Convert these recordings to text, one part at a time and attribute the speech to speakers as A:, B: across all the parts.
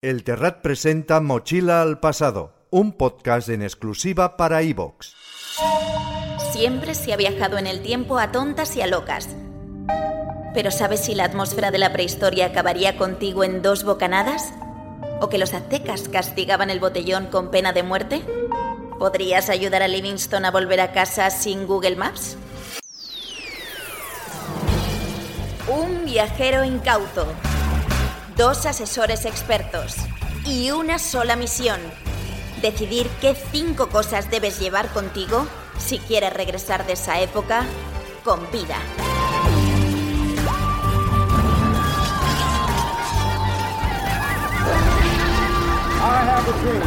A: El Terrat presenta Mochila al pasado, un podcast en exclusiva para iVoox.
B: Siempre se ha viajado en el tiempo a tontas y a locas. Pero ¿sabes si la atmósfera de la prehistoria acabaría contigo en dos bocanadas? ¿O que los aztecas castigaban el botellón con pena de muerte? ¿Podrías ayudar a Livingston a volver a casa sin Google Maps? Un viajero incauto, dos asesores expertos y una sola misión. Decidir qué cinco cosas debes llevar contigo si quieres regresar de esa época con vida.
C: I have a dream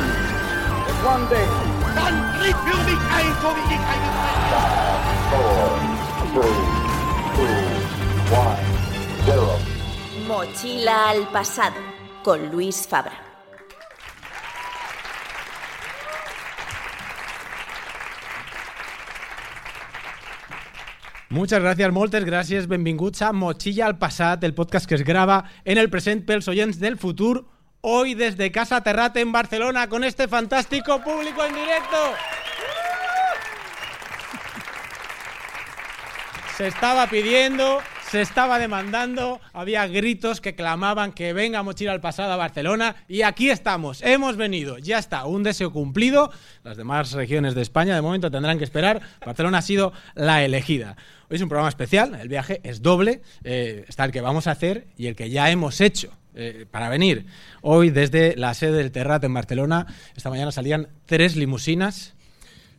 C: that one day
B: Mochila al pasado con Luis Fabra.
D: Muchas gracias, moltes gràcies. Benvinguts a Mochilla al Passat, el podcast que es grava en el present pels oients del futur. Hoy desde Casa Terrate en Barcelona con este fantástico público en directo. Se estaba pidiendo, se estaba demandando, había gritos que clamaban que venga Mochila al pasado a Barcelona y aquí estamos, hemos venido, ya está, un deseo cumplido. Las demás regiones de España de momento tendrán que esperar, Barcelona ha sido la elegida. Hoy es un programa especial, el viaje es doble, eh, está el que vamos a hacer y el que ya hemos hecho eh, para venir. Hoy desde la sede del Terrat en Barcelona, esta mañana salían tres limusinas.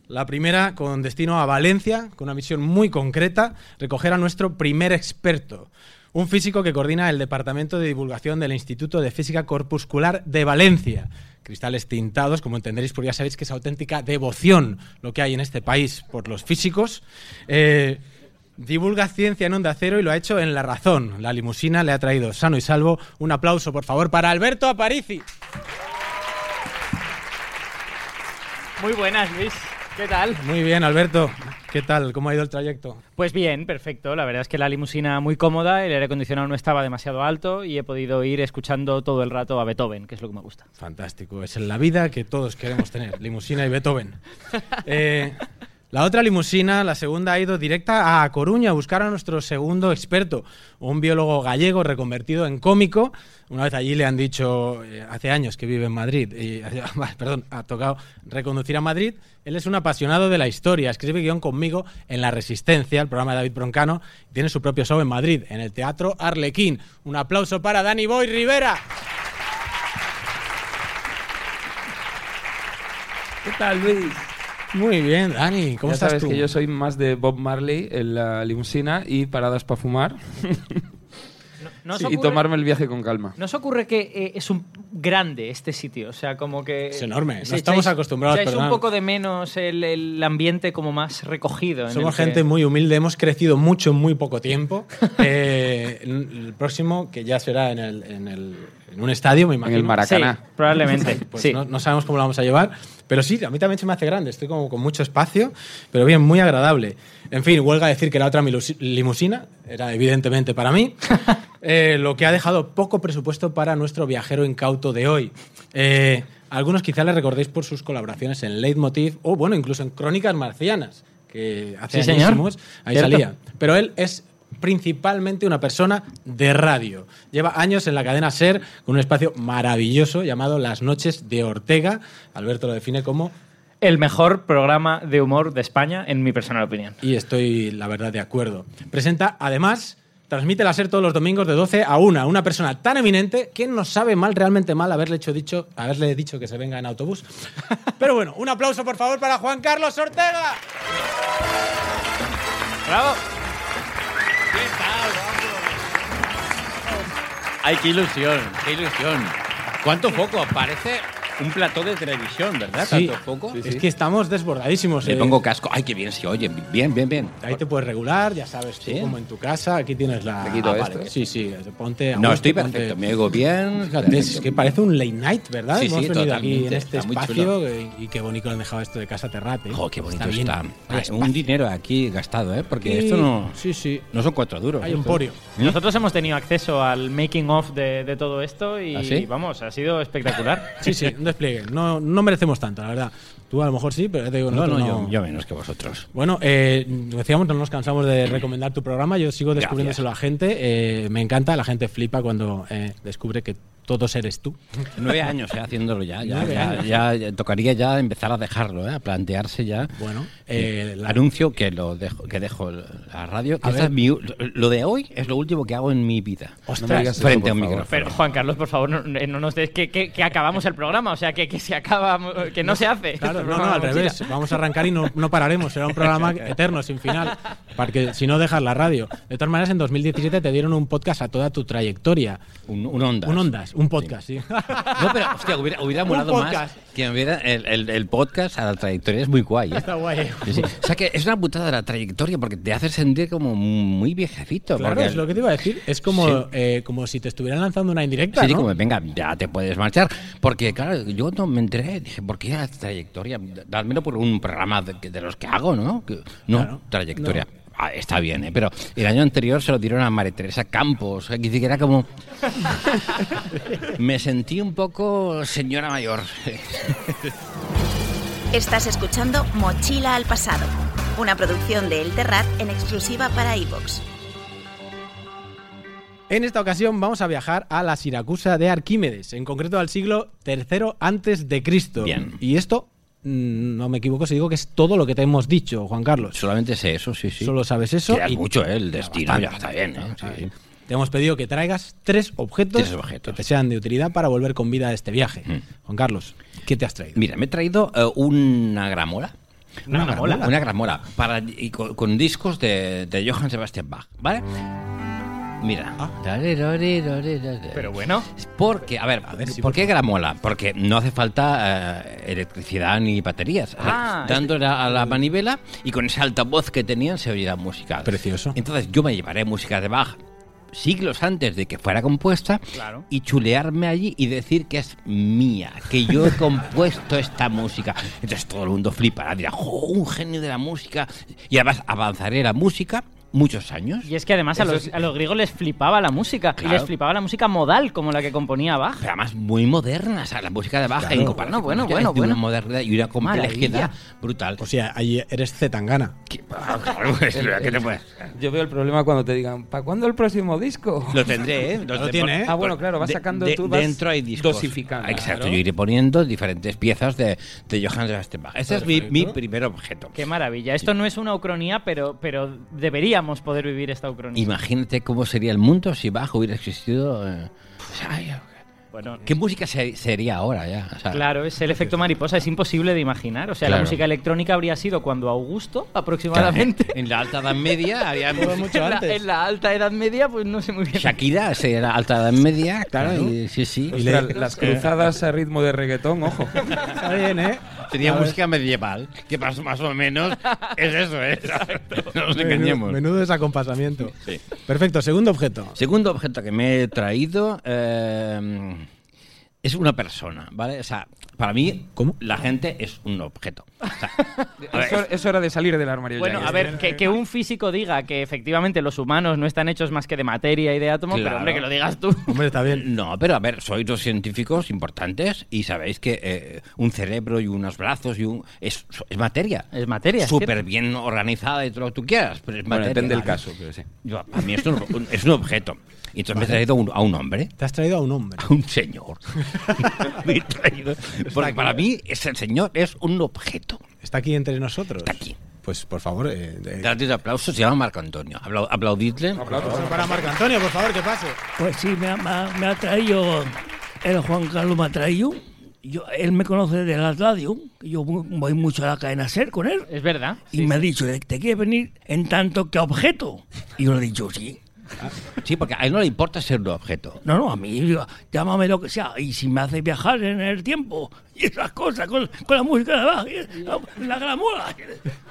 D: La primera con destino a Valencia, con una misión muy concreta, recoger a nuestro primer experto, un físico que coordina el Departamento de Divulgación del Instituto de Física Corpuscular de Valencia. Cristales tintados, como entenderéis, porque ya sabéis que es auténtica devoción lo que hay en este país por los físicos. Eh, divulga ciencia en Onda Cero y lo ha hecho en La Razón. La limusina le ha traído sano y salvo. Un aplauso, por favor, para Alberto Aparici.
E: Muy buenas, Luis. ¿Qué tal?
D: Muy bien, Alberto. ¿Qué tal? ¿Cómo ha ido el trayecto?
E: Pues bien, perfecto. La verdad es que la limusina muy cómoda, el aire acondicionado no estaba demasiado alto y he podido ir escuchando todo el rato a Beethoven, que es lo que me gusta.
D: Fantástico. Es la vida que todos queremos tener. Limusina y Beethoven. Eh, la otra limusina, la segunda, ha ido directa a Coruña a buscar a nuestro segundo experto, un biólogo gallego reconvertido en cómico. Una vez allí le han dicho, eh, hace años que vive en Madrid, y, ah, perdón, ha tocado reconducir a Madrid. Él es un apasionado de la historia, escribe guión conmigo en La Resistencia, el programa de David Broncano, y tiene su propio show en Madrid, en el Teatro Arlequín. Un aplauso para Dani Boy Rivera.
F: ¿Qué tal, Luis?
D: Muy bien, Dani, ¿cómo
F: ya
D: estás
F: sabes
D: tú?
F: que yo soy más de Bob Marley en la limusina y paradas para fumar
E: ¿No os
F: y
E: ocurre-
F: tomarme el viaje con calma.
E: ¿No os ocurre que eh, es un grande este sitio? O sea, como que...
D: Es enorme, no
E: Sí,
D: estamos
E: echáis-
D: acostumbrados,
E: echáis
D: perdón.
E: un poco de menos el, el ambiente como más recogido. en
D: Somos
E: el que-
D: gente muy humilde, hemos crecido mucho en muy poco tiempo. Eh, el próximo, que ya será en, el- en el- en un estadio, me imagino.
F: el Maracaná.
E: Sí, probablemente.
D: Pues
E: sí.
D: no, no sabemos cómo lo vamos a llevar. Pero sí, a mí también se me hace grande, estoy como con mucho espacio, pero bien, muy agradable. En fin, huelga decir que la otra milusi- limusina era evidentemente para mí, eh, lo que ha dejado poco presupuesto para nuestro viajero incauto de hoy. Eh, algunos quizá le recordéis por sus colaboraciones en Leitmotiv o, bueno, incluso en Crónicas Marcianas, que hace
E: Sí, señor.
D: añísimos ahí
E: Cierto.
D: salía. Pero él es principalmente una persona de radio. Lleva años en la cadena Ser con un espacio maravilloso llamado Las Noches de Ortega. Alberto lo define como
E: El mejor programa de humor de España, en mi personal opinión.
D: y estoy, la verdad, de acuerdo. Presenta, además, transmite la SER todos los domingos de 12 a 1. Una persona tan eminente que no sabe mal, realmente mal, haberle, hecho dicho, haberle dicho que se venga en autobús. Pero bueno, un aplauso, por favor, para Juan Carlos Ortega.
E: ¡Bravo!
G: Ay, qué ilusión, qué ilusión. ¿Cuánto foco? Parece un plató de televisión, ¿verdad?
D: Sí.
G: ¿Tanto foco?
D: Es que estamos desbordadísimos.
G: Le
D: eh.
G: pongo casco. Ay, qué bien se oye. Bien, bien, bien.
D: Ahí te puedes regular, ya sabes, tú,
G: Sí.
D: como en tu casa. Aquí tienes la. Ah,
G: ¿Le quito
D: vale.
G: esto? ¿eh?
D: Sí, sí, ponte. a
G: No,
D: gusto,
G: estoy
D: ponte-
G: perfecto. Me oigo bien.
D: Fíjate, es que parece un late night, ¿verdad?
G: Sí,
D: Hemos
G: sí,
D: venido aquí en
G: totalmente.
D: este
G: Está muy
D: espacio eh, y qué bonito han dejado esto de casa terrate.
G: Jo, qué bonito
D: Está bien.
G: está.
D: Hay
G: Ah,
D: espacio.
G: un dinero aquí gastado, ¿eh? Porque
D: Sí,
G: esto no,
D: Sí, sí.
G: no son cuatro duros.
D: Hay un porio.
G: ¿Mm?
E: Nosotros hemos tenido acceso al making of de, de todo esto y
G: ¿Ah, sí?
E: vamos, ha sido espectacular.
D: Sí, sí, un despliegue. No, no merecemos tanto, la verdad. Tú a lo mejor sí, pero ya te digo,
G: No, no,
D: nosotros
G: Yo, yo menos que vosotros.
D: Bueno, eh, decíamos, no nos cansamos de recomendar tu programa. Yo sigo descubriéndoselo a gente. eh, me encanta, la gente flipa cuando eh, descubre que todos eres tú.
G: Nueve años eh, haciéndolo ya. Ya,
D: Nueve
G: ya,
D: años.
G: ya- ya tocaría ya empezar a dejarlo, ¿eh? A plantearse ya.
D: Bueno, eh, la-
G: Anuncio que lo dejo, que dejo la radio. que
D: A
G: esta
D: ver.
G: es mi u- lo de hoy es lo último que hago en mi vida.
D: Ostras.
F: me digas eso,
G: frente a un
F: por favor.
G: micrófono.
E: Pero Juan Carlos, por favor, no, eh, no nos des que, que- que acabamos el programa, o sea, que, que se acaba, que no, se
G: Este
E: hace.
D: Claro,
E: El
D: no,
E: programa
D: no, al
E: Mochila.
D: revés. Vamos a arrancar y no, no pararemos. Será un programa eterno, sin final. Porque si no, dejas la radio. De todas maneras, en 2017 te dieron un podcast a toda tu trayectoria.
G: Un, un ondas.
D: Un Ondas, un podcast, sí.
G: No, pero hostia, hubiera, hubiera
D: Un
G: molado más
D: podcast.
G: que hubiera el, el- el podcast a la trayectoria. Es muy guay. ¿eh?
D: Está guay. eh.
G: Sí, sí. O sea que es una putada la trayectoria porque te hace sentir como muy viejecito.
D: Claro,
G: porque-
D: es lo que te iba a decir. Es como,
G: Sí.
D: eh, como si te estuvieran lanzando una indirecta,
G: Sí, sí,
D: ¿no?
G: como venga, ya te puedes marchar. Porque, claro, yo no me enteré, dije, ¿por qué la trayectoria? Dármelo por un programa de, que- de los que hago, ¿no? Que- no,
D: Claro.
G: trayectoria. Ah, está bien, ¿eh? pero el año anterior se lo dieron a María Teresa Campos. o sea, Que era como. me sentí un poco señora mayor.
B: Estás escuchando Mochila al Pasado, una producción de El Terrat en exclusiva para iVoox.
D: En esta ocasión vamos a viajar a la Siracusa de Arquímedes, en concreto al siglo III antes de Cristo.
G: Bien.
D: Y esto, mm, no me equivoco si digo que es todo lo que te hemos dicho, Juan Carlos.
G: Solamente sé eso, sí, sí.
D: Solo sabes eso
G: Que era
D: y-
G: mucho, ¿eh? El destino,
D: Bastante.
G: ya está bien, ¿eh? Sí, sí.
D: Te hemos pedido que traigas tres objetos,
G: Tres objetos. Mm.
D: que te sean de utilidad para volver con vida de este viaje. Juan Carlos, ¿qué te has traído?
G: Mira, me he traído eh, una gramola.
E: Una gramola.
G: Una gramola. Para, y con, con discos de, de Johann Sebastian Bach, ¿vale? Mira.
E: Pero bueno,
G: Porque, a ver,
D: sí,
G: ¿por
D: por
G: qué gramola? Porque no hace falta eh, electricidad ni baterías. O sea,
E: Ah,
G: dándole a la manivela y con ese altavoz que tenían se oía la música.
D: Precioso.
G: Entonces yo me llevaré música de Bach siglos antes de que fuera compuesta
E: Claro.
G: y chulearme allí y decir que es mía, que yo he compuesto esta música. Entonces todo el mundo flipará, dirá, "Jo, un genio de la música. Y además avanzaré la música muchos años.
E: y es que además a
G: Eso
E: los,
G: es-
E: a los griegos les flipaba la música, y
G: Claro.
E: les flipaba la música modal, como la que componía Bach.
G: pero además muy moderna, o sea, la música de Baja
D: Claro.
G: en comparación
E: Bueno,
G: con
E: bueno,
G: ustedes, de
E: bueno,
G: una modernidad y una complejidad
E: Maravilla.
G: brutal.
D: O sea, ahí eres Zetangana.
G: Que- ah, claro, pues, ¿qué te puedes-
F: Yo veo el problema cuando te digan, ¿para cuándo el próximo disco?
G: Lo tendré, ¿eh?
D: Lo tiene, ¿eh?
F: Ah, bueno, claro, vas sacando
G: de-
F: tú, vas
G: dentro hay discos.
F: dosificando.
G: Ah, Exacto,
F: Claro.
G: yo iré poniendo diferentes piezas de, de Johann Sebastian Bach. Este es mi, mi primer objeto.
E: Qué maravilla. Esto no es una ucronía, pero, pero deberíamos poder vivir esta ucronía.
G: Imagínate cómo sería el mundo si Bach hubiera existido. eh, o sea, ay,
E: Bueno,
G: ¿Qué música se- sería ahora ya? O sea,
E: Claro, es el efecto mariposa, es imposible de imaginar. O sea, la
G: Claro.
E: música electrónica habría sido cuando Augusto,
G: claro,
E: aproximadamente,
G: En la alta edad media había
D: mucho
E: en, la,
D: antes.
E: en la alta edad media, pues no sé muy bien.
G: Shakira sería la alta edad media, claro, Pues, y- sí, sí.
D: Y le-
F: Ostras, las cruzadas a ritmo de reggaetón, ojo.
D: Está bien, ¿eh?
G: Sería
D: A ver,
G: música medieval, que más, más o menos es eso, ¿eh? No nos engañemos.
D: Menudo desacompasamiento. Perfecto, segundo objeto.
G: Segundo objeto que me he traído eh, es una persona, ¿vale? O sea, para mí,
D: ¿Cómo?
G: la gente es un objeto. O sea, a ver,
F: Eso, eso era de salir del armario.
E: Bueno,
F: ya,
E: a ver, que, que un físico diga que efectivamente los humanos no están hechos más que de materia y de átomos, pero
G: Claro.
E: hombre, que lo digas tú.
D: Hombre, está bien.
G: No, pero a ver, sois dos científicos importantes y sabéis que eh, un cerebro y unos brazos y un es, es materia.
E: Es materia, es
G: Súper
E: cierto.
G: bien organizada y todo lo que tú quieras, pero es
F: Bueno,
G: materia.
F: depende del
G: ¿vale?
F: caso, pero sí.
G: Yo, para mí es un, un- es un objeto. Y entonces me he traído un- a un hombre.
D: Te has traído a un hombre.
G: a un señor. Me he traído- Porque para mí ese señor es un objeto.
D: Está aquí entre nosotros.
G: Está aquí.
D: Pues por favor, eh, eh,
G: Dadle aplausos, se llama Marco Antonio. Apla- Aplaudidle.
D: para Marco Antonio, por favor, que pase.
H: Pues sí, me ha, me ha- me ha traído el Juan Carlos me ha traído. Yo, él me conoce de la radio, que yo mu- voy mucho a la cadena SER con él.
E: Es verdad.
H: Y me ha dicho, ¿te quieres venir en tanto que objeto? Y yo le he dicho, sí.
G: Ah, Sí, porque a él no le importa ser un objeto.
H: No, no, a mí, digo, llámame lo que sea. Y si me hace viajar en el tiempo y esas cosas, con, con la música de abajo, y la, la gramola.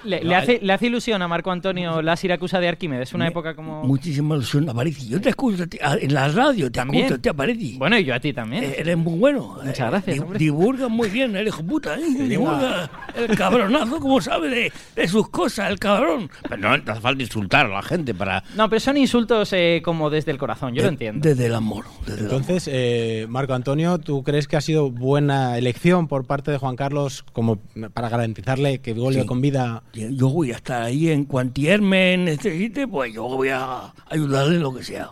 E: Le, le hace, le hace ilusión a Marco Antonio la Siracusa de Arquímedes, una
H: Me-
E: época como.
H: Muchísima ilusión, Aparici. Yo te escucho a ti- a- en la radio, te
E: También.
H: escucho, te Aparici.
E: Bueno, y yo a ti también.
H: Eh, Eres muy bueno.
E: Muchas
H: Eh,
E: gracias,
H: di-
E: hombre.
H: Divulga muy bien, el hijo puta, ¿eh? Divulga el cabronazo, como sabe de, de sus cosas, el cabrón.
G: Pero no, no hace falta insultar a la gente para.
E: No, pero son insultos eh, como desde el corazón, yo lo
H: De-
E: entiendo.
H: Eh, Desde el amor. Desde el amor.
D: Entonces, eh, Marco Antonio, ¿tú crees que ha sido buena elección por parte de Juan Carlos como para garantizarle que vuelve
H: Sí.
D: con vida?
H: Yo- Yo voy a estar ahí en cuantier me necesite, pues yo voy a ayudarle en lo que sea.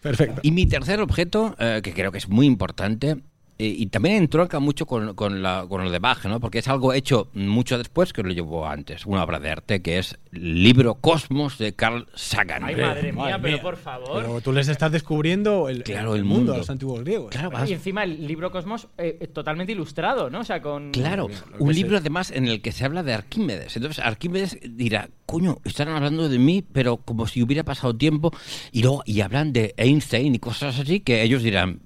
D: Perfecto.
G: Y mi tercer objeto, eh, que creo que es muy importante, eh, y también entronca mucho con, con, la- con lo de Bach, ¿no? porque es algo hecho mucho después que lo llevó antes, una obra de arte que es Libro Cosmos de Carl Sagan.
E: Ay, madre mía,
D: Madre
E: pero
D: mía.
E: por favor.
D: Pero tú les estás descubriendo el,
G: Claro, el
D: a
G: mundo.
D: los antiguos griegos.
G: Claro,
E: Y encima el libro Cosmos eh, eh, totalmente ilustrado, ¿no? O sea, con.
G: Claro,
D: Mm, que
G: un
D: sé.
G: libro además en el que se habla de Arquímedes. Entonces Arquímedes dirá, coño, están hablando de mí, pero como si hubiera pasado tiempo, y luego y hablan de Einstein y cosas así, que ellos dirán,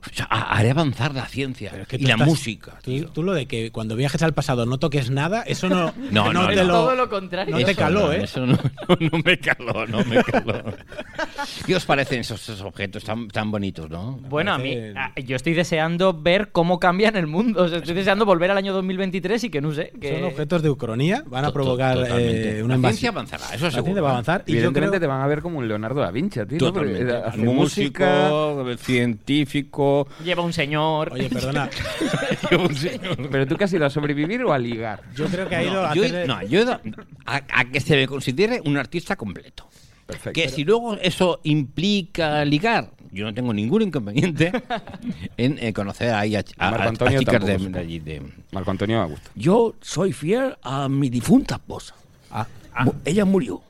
G: o sea, ha- haré avanzar la ciencia
D: Pero es que
G: y
D: tú
G: la
D: estás-
G: música.
D: Tú, tú lo de que cuando viajes al pasado no toques nada, eso no,
G: No, no,
D: te
G: no.
D: lo-
E: Todo lo contrario.
D: No te
G: Eso
D: caló,
G: no,
D: ¿eh?
G: Eso no, no, no me caló, no me caló. ¿Qué os parecen esos, esos objetos tan, tan bonitos, no?
E: Bueno, a mí,
D: parece-
E: ah, yo estoy deseando ver cómo cambian el mundo. O sea, estoy deseando volver al año 2023 y que no sé. Que...
D: Son objetos de ucronía, van a
G: To- to-
D: provocar
G: totalmente.
D: eh, una
G: La
D: invasión.
G: ciencia avanzará, eso
D: La
G: seguro.
D: ciencia va a avanzar. Y yo creo
F: Evidentemente te van a ver como un Leonardo da Vinci, a ti, ¿no? Porque, eh, hace música,
G: músico, científico.
E: Lleva un señor.
D: Oye, perdona.
G: un señor.
F: Pero tú casi has ido a sobrevivir o a ligar.
D: Yo creo que ha ido
G: No,
D: a
G: yo,
D: hacer-
G: no, yo he ido a, a que se me considere un artista completo.
F: Perfecto.
G: Que si luego eso implica ligar, yo no tengo ningún inconveniente en eh, conocer ahí a, a-
F: Marco
G: a- a
F: Antonio
G: chicas de,
F: tampoco.
G: de allí. de-
F: Marco Antonio Augusto.
H: Yo soy fiel a mi difunta esposa.
E: Ah,
H: Mu- Ella murió,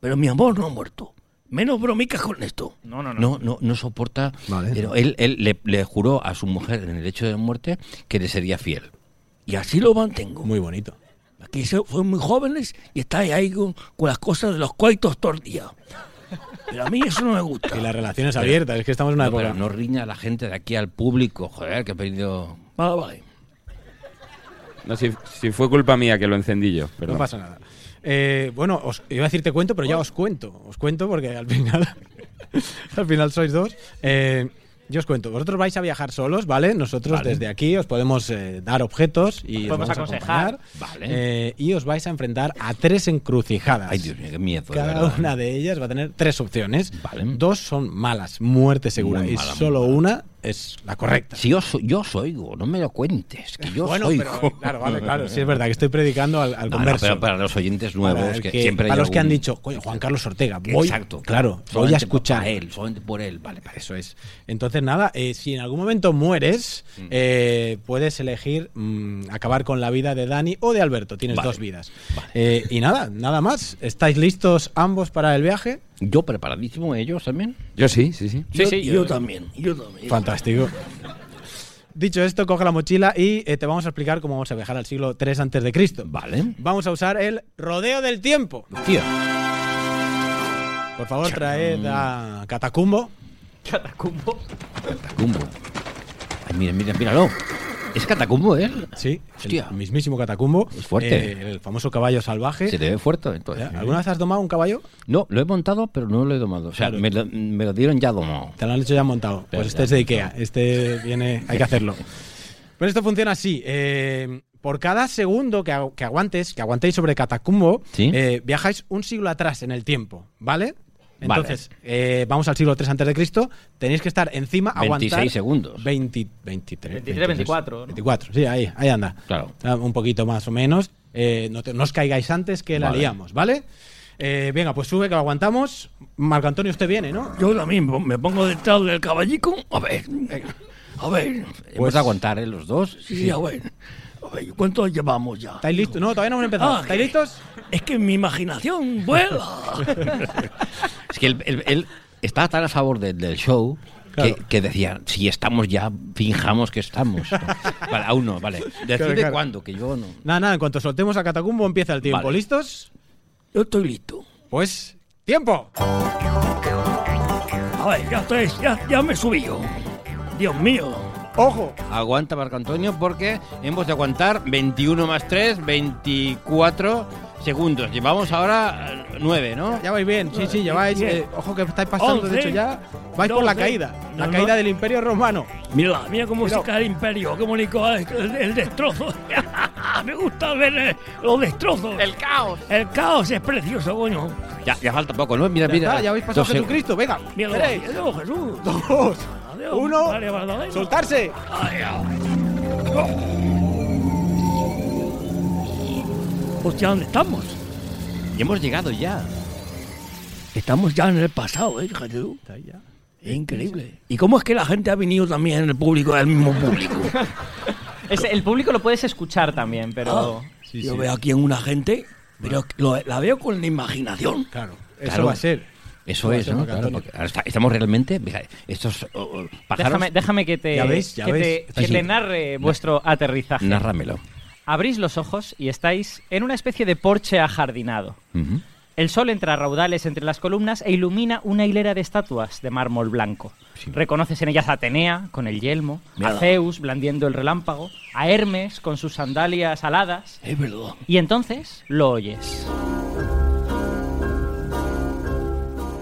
H: pero mi amor no ha muerto. Menos bromicas con esto.
E: No, no, no.
G: No, no, no soporta. Pero él, él le, le juró a su mujer en el hecho de muerte que le sería fiel.
H: Y así lo mantengo.
D: Muy bonito.
H: Aquí se- fueron muy jóvenes y estáis ahí con, con las cosas de los coitos tortillas. Pero a mí eso no me gusta.
D: Y las relaciones abiertas, es que estamos en una
G: No,
D: época.
G: pero no riña a la gente de aquí al público, joder, que he perdido.
D: Ah,
H: Vale, vale.
F: No, si, si fue culpa mía que lo encendí yo.
D: No
F: Perdón.
D: pasa nada. Eh, bueno, os, iba a decir te cuento, pero ya os cuento. Os cuento porque al final, al final sois dos. Eh, yo os cuento. Vosotros vais a viajar solos, ¿vale? Nosotros desde aquí os podemos eh, dar objetos y os
E: Podemos
D: vamos a
E: aconsejar.
D: acompañar.
G: Vale.
D: Eh, y os vais a enfrentar a tres encrucijadas.
G: Ay, Dios mío, qué miedo. de
D: Cada
G: verdad. ¿eh?
D: una de ellas va a tener tres opciones.
G: Vale.
D: Dos son malas, muerte segura.
G: Muy
D: y
G: mala, muy
D: solo
G: mala.
D: una es la correcta.
G: Si yo, so- yo soy, go, no me lo cuentes, que yo
D: bueno,
G: soy.
D: pero,
G: go.
D: claro, vale, claro. Sí, es verdad que estoy predicando al, al
G: No, no,
D: converso.
G: pero para los oyentes
D: Para
G: nuevos,
D: el
G: que,
D: que-
G: siempre hay
D: para los que han
G: algún-
D: dicho, "Coño, Juan Carlos Ortega, voy,
G: Exacto.
D: claro, voy a
G: Solamente
D: escuchar.
G: para él, solamente por él, vale. vale.
D: Eso es. Entonces, nada, eh, si en algún momento mueres,
G: Mm.
D: eh, puedes elegir mm, acabar con la vida de Dani o de Alberto. Tienes
G: Vale.
D: dos vidas. Eh, y nada, nada más. ¿Estáis listos ambos para el viaje?
G: Yo preparadísimo, ellos también.
F: Yo sí, sí, sí.
E: Sí,
H: yo,
E: sí,
H: yo
E: yo-
H: también, yo también.
D: Fantástico. Dicho esto, coge la mochila y eh, te vamos a explicar cómo vamos a viajar al siglo III antes de Cristo.
G: Vale.
D: Vamos a usar el rodeo del tiempo.
G: Hostia.
D: Por favor, traed a Catacumbo.
E: Catacumbo.
G: Catacumbo. Ay, mira, mira, míralo. Es catacumbo, ¿eh?
D: Sí,
G: Hostia.
D: el mismísimo Catacumbo.
G: Es fuerte.
D: eh, el famoso caballo salvaje.
G: Se te ve fuerte. Entonces.
D: ¿Eh? ¿Alguna vez has tomado un caballo?
G: No, lo he montado, pero no lo he domado. O sea,
D: Claro.
G: me, lo, me lo dieron ya domado.
D: Te lo han hecho ya montado.
G: Pero
D: Pues este
G: ya
D: es de Ikea. Este viene. Hay que hacerlo. Pero esto funciona así. eh, por cada segundo que, agu- que aguantes, que aguantéis sobre Catacumbo,
G: Sí.
D: eh, viajáis un siglo atrás en el tiempo, ¿vale?
G: Vale.
D: Entonces, eh, vamos al siglo 3 antes de Cristo. Tenéis que estar encima,
G: 26
D: aguantar
G: segundos.
D: 20, 23,
E: 23, 24, ¿no?
D: 24, sí, ahí, ahí anda.
G: Claro.
D: Ah, Un poquito más o menos. Eh, no, te- no os caigáis antes que la
G: Vale.
D: liamos, ¿vale? Eh, venga, pues sube, que lo aguantamos. Marco Antonio, usted viene, ¿no?
H: Yo también po- me pongo detrás del caballico. A ver, a ver.
D: Pues-
G: Hemos de aguantar, ¿eh? Los dos.
H: Sí, sí, a ver. A ver, ¿cuánto llevamos ya?
D: ¿Estáis listos? No, todavía no hemos empezado.
H: Ah,
D: ¿Estáis
H: que-
D: listos?
H: Es que mi imaginación vuela.
G: Es que él, él- él estaba tan a favor de- del show
D: Claro.
G: que, que decía, si estamos ya, finjamos que estamos. vale, aún no, vale. Decide
D: Claro, claro.
G: cuándo, que yo no.
D: Nada, nada, en cuanto soltemos a Catacumbo empieza el tiempo.
G: Vale.
D: ¿Listos?
H: Yo estoy listo.
D: Pues, ¡tiempo!
H: joder, ya, estoy, ya, ya me subí yo. Dios mío.
D: Ojo,
G: Aguanta, Marco Antonio, porque hemos de aguantar 21 más 3, 24 segundos. Llevamos ahora 9, ¿no?
D: ya vais bien. Sí, sí, lleváis.
H: Bien.
D: eh, ojo que estáis pasando, de
H: Once,
D: hecho, ya. Vais por la
H: doce.
D: caída. La
H: No,
D: caída
H: no.
D: del Imperio Romano.
H: Mira, mira cómo
D: Mira.
H: se cae el imperio, cómo le cae el, el destrozo. me gusta ver eh, los destrozos. El caos. El caos es precioso, coño.
G: Ya, ya falta poco, ¿no? Mira,
D: Ya
G: mira.
D: está, ya habéis pasado
G: Dos seg-
D: Jesucristo. Venga,
H: Mira,
D: tres,
H: adiós, oh, Jesús.
D: dos,
H: Adiós,
D: uno.
H: María Magdalena.
D: soltarse.
H: Hostia, ¿dónde estamos?
G: Y hemos llegado ya.
H: Estamos ya en el pasado, ¿eh? fíjate tú. Es increíble. ¿Y cómo es que la gente ha venido también en el público, el mismo público?
E: Es- el público lo puedes escuchar también, pero.
H: Ah, yo veo aquí en una gente, pero lo- la veo con la imaginación.
D: Claro, eso
G: Claro.
D: va a ser.
G: Eso
D: Lo
G: es,
D: hacemos,
G: ¿no?
D: Marco Antonio.
G: Porque ahora está- estamos realmente. mira, estos oh, oh, pájaros.
E: Déjame, déjame que te,
D: Ya ves, ya
E: que
D: ves.
E: te- que
G: Sí.
E: te narre vuestro aterrizaje.
G: Nárramelo.
E: Abrís los ojos y estáis en una especie de porche ajardinado.
G: Ujú.
E: El sol entra a raudales entre las columnas e ilumina una hilera de estatuas de mármol blanco. Reconoces en ellas a Atenea con el yelmo, a
G: Nada.
E: Zeus blandiendo el relámpago, a Hermes con sus sandalias aladas,
H: Es verdad.
E: y entonces lo oyes.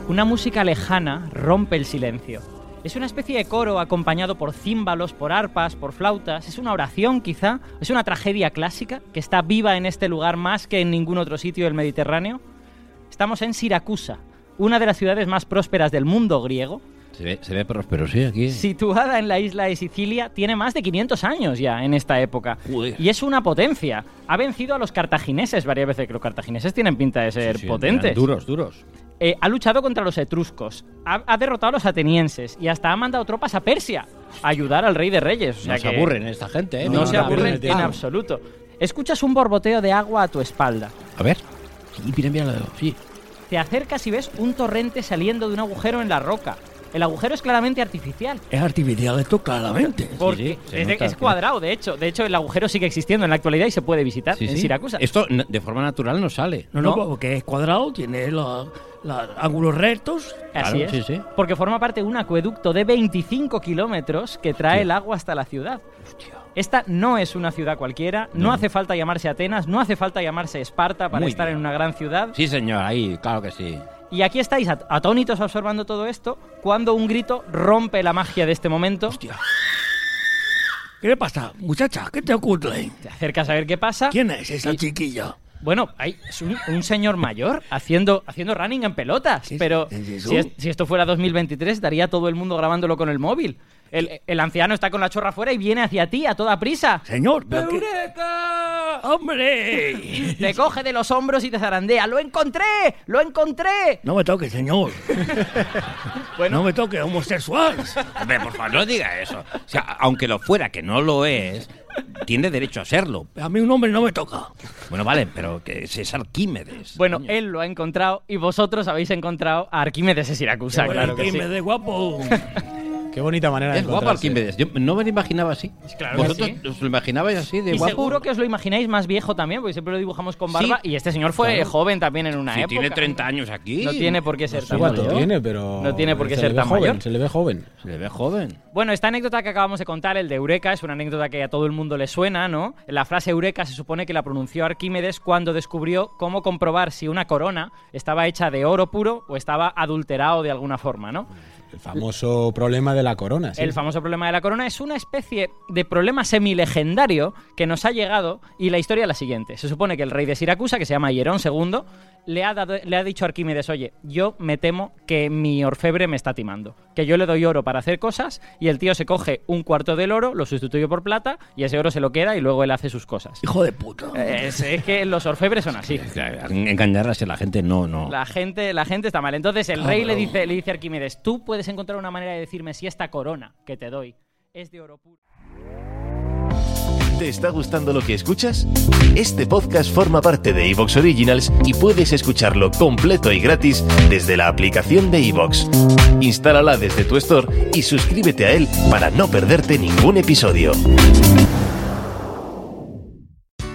E: Una música lejana rompe el silencio. Es una especie de coro acompañado por címbalos, por arpas, por flautas. Es una oración quizá, es una tragedia clásica que está viva en este lugar más que en ningún otro sitio del Mediterráneo. Estamos en Siracusa, una de las ciudades más prósperas del mundo griego.
G: Se ve, se ve próspero, sí, aquí.
E: Situada en la isla de Sicilia, tiene más de 500 años ya en esta época.
G: Joder.
E: Y es una potencia. Ha vencido a los cartagineses varias veces, que los cartagineses tienen pinta de ser
G: Sí, sí,
E: potentes.
G: eran Duros, duros.
E: Eh, ha luchado contra los etruscos, ha, ha derrotado a los atenienses y hasta ha mandado tropas a Persia a ayudar al rey de reyes. O sea
G: no se
E: que
G: aburren esta gente, ¿eh?
E: No,
D: No,
E: se
D: no,
E: aburren
D: no, no,
E: en
D: no.
E: absoluto. Escuchas un borboteo de agua a tu espalda.
G: A ver. Sí, mira, mira, lo- sí.
E: Te acercas y ves un torrente saliendo de un agujero en la roca. El agujero es claramente artificial.
H: Es artificial esto claramente.
E: Porque
G: Eh, sí, se
E: desde-
G: nota,
E: es
G: claro.
E: cuadrado, de hecho. De hecho, el agujero sigue existiendo en la actualidad y se puede visitar
G: Sí,
E: Ah, en
G: sí.
E: Siracusa.
G: Esto n- de forma natural no sale.
H: No, no,
E: No.
H: porque es cuadrado, tiene los ángulos rectos.
E: Así
G: claro,
E: es.
G: sí, sí.
E: Porque forma parte de un acueducto de 25 kilómetros que trae
G: Hostia.
E: el agua hasta la ciudad. Esta no es una ciudad cualquiera, no,
G: No.
E: hace falta llamarse Atenas, no hace falta llamarse Esparta para
G: Muy
E: estar
G: bien.
E: en una gran ciudad.
G: Sí, señor, ahí, claro que sí.
E: Y aquí estáis at- atónitos observando todo esto cuando un grito rompe la magia de este momento.
H: Hostia. ¿Qué le pasa? Muchacha, ¿qué te ocurre?
E: Te acercas a ver qué pasa.
H: ¿Quién es esa chiquilla?
E: Bueno, hay es un, un señor mayor haciendo, haciendo running en pelotas,
H: Sí,
E: pero
H: sí, sí, sí.
E: si, es- si esto fuera 2023 estaría todo el mundo grabándolo con el móvil. El, el anciano está con la chorra fuera y viene hacia ti a toda prisa.
H: Señor, pero qué-
E: ¡Eureka!
H: ¡Hombre!
E: Te coge de los hombros y te zarandea. ¡Lo encontré! ¡Lo encontré!
H: No me toques, señor. No me toques, homosexual.
G: Hombre, por favor, no diga eso. O sea, aunque lo fuera, que no lo es, tiene derecho a serlo.
H: A mí un hombre no me toca.
G: Bueno, vale, pero que ese es Arquímedes.
E: Bueno,
G: coño.
E: él lo ha encontrado y vosotros habéis encontrado a Arquímedes de Siracusa, claro que
H: Y
E: sí.
H: me dé guapo.
D: Qué bonita manera de
G: Es guapo
D: encontrarse.
G: Arquímedes. Yo no me lo imaginaba así.
E: Claro que
G: Vosotros
E: sí.
G: os lo imaginabais así de
E: Y
G: guapo.
E: seguro que os lo imagináis más viejo también, porque siempre lo dibujamos con barba.
G: Sí.
E: Y este señor fue
G: Claro.
E: joven también en una
G: Si
E: época. ¿eh?
G: tiene 30 años aquí.
E: No tiene por qué ser tan
D: ¿Cuánto
E: mayor.
D: tiene? Pero
E: No tiene por qué
D: se
E: ser
D: le ve
E: tan
D: joven,
E: mayor.
D: Se le ve joven.
G: Se le ve joven.
E: Bueno, esta anécdota que acabamos de contar, el de Eureka, es una anécdota que a todo el mundo le suena, ¿no? La frase Eureka se supone que la pronunció Arquímedes cuando descubrió cómo comprobar si una corona estaba hecha de oro puro o estaba adulterado de alguna forma, ¿no?
D: El famoso problema de la corona. sí.
E: El famoso problema de la corona es una especie de problema semilegendario que nos ha llegado y la historia es la siguiente. Se supone que el rey de Siracusa, que se llama Hierón II, le ha, dado- le ha dicho a Arquímedes, oye, yo me temo que mi orfebre me está timando, que yo le doy oro para hacer cosas y el tío se coge un cuarto del oro, lo sustituye por plata y ese oro se lo queda y luego él hace sus cosas. Eh,
H: Hijo de puta.
E: Es, es que los orfebres son así.
G: Engañarlas a la gente, no, no.
E: La gente, la gente está mal. Entonces el rey le dice, le dice a Arquímedes, tú puedes encontrar una manera de decirme si esta corona que te doy es de oro puro.
I: ¿Te está gustando lo que escuchas? Este podcast forma parte de Evox Originals y puedes escucharlo completo y gratis desde la aplicación de Evox. Instálala desde tu store y suscríbete a él para no perderte ningún episodio.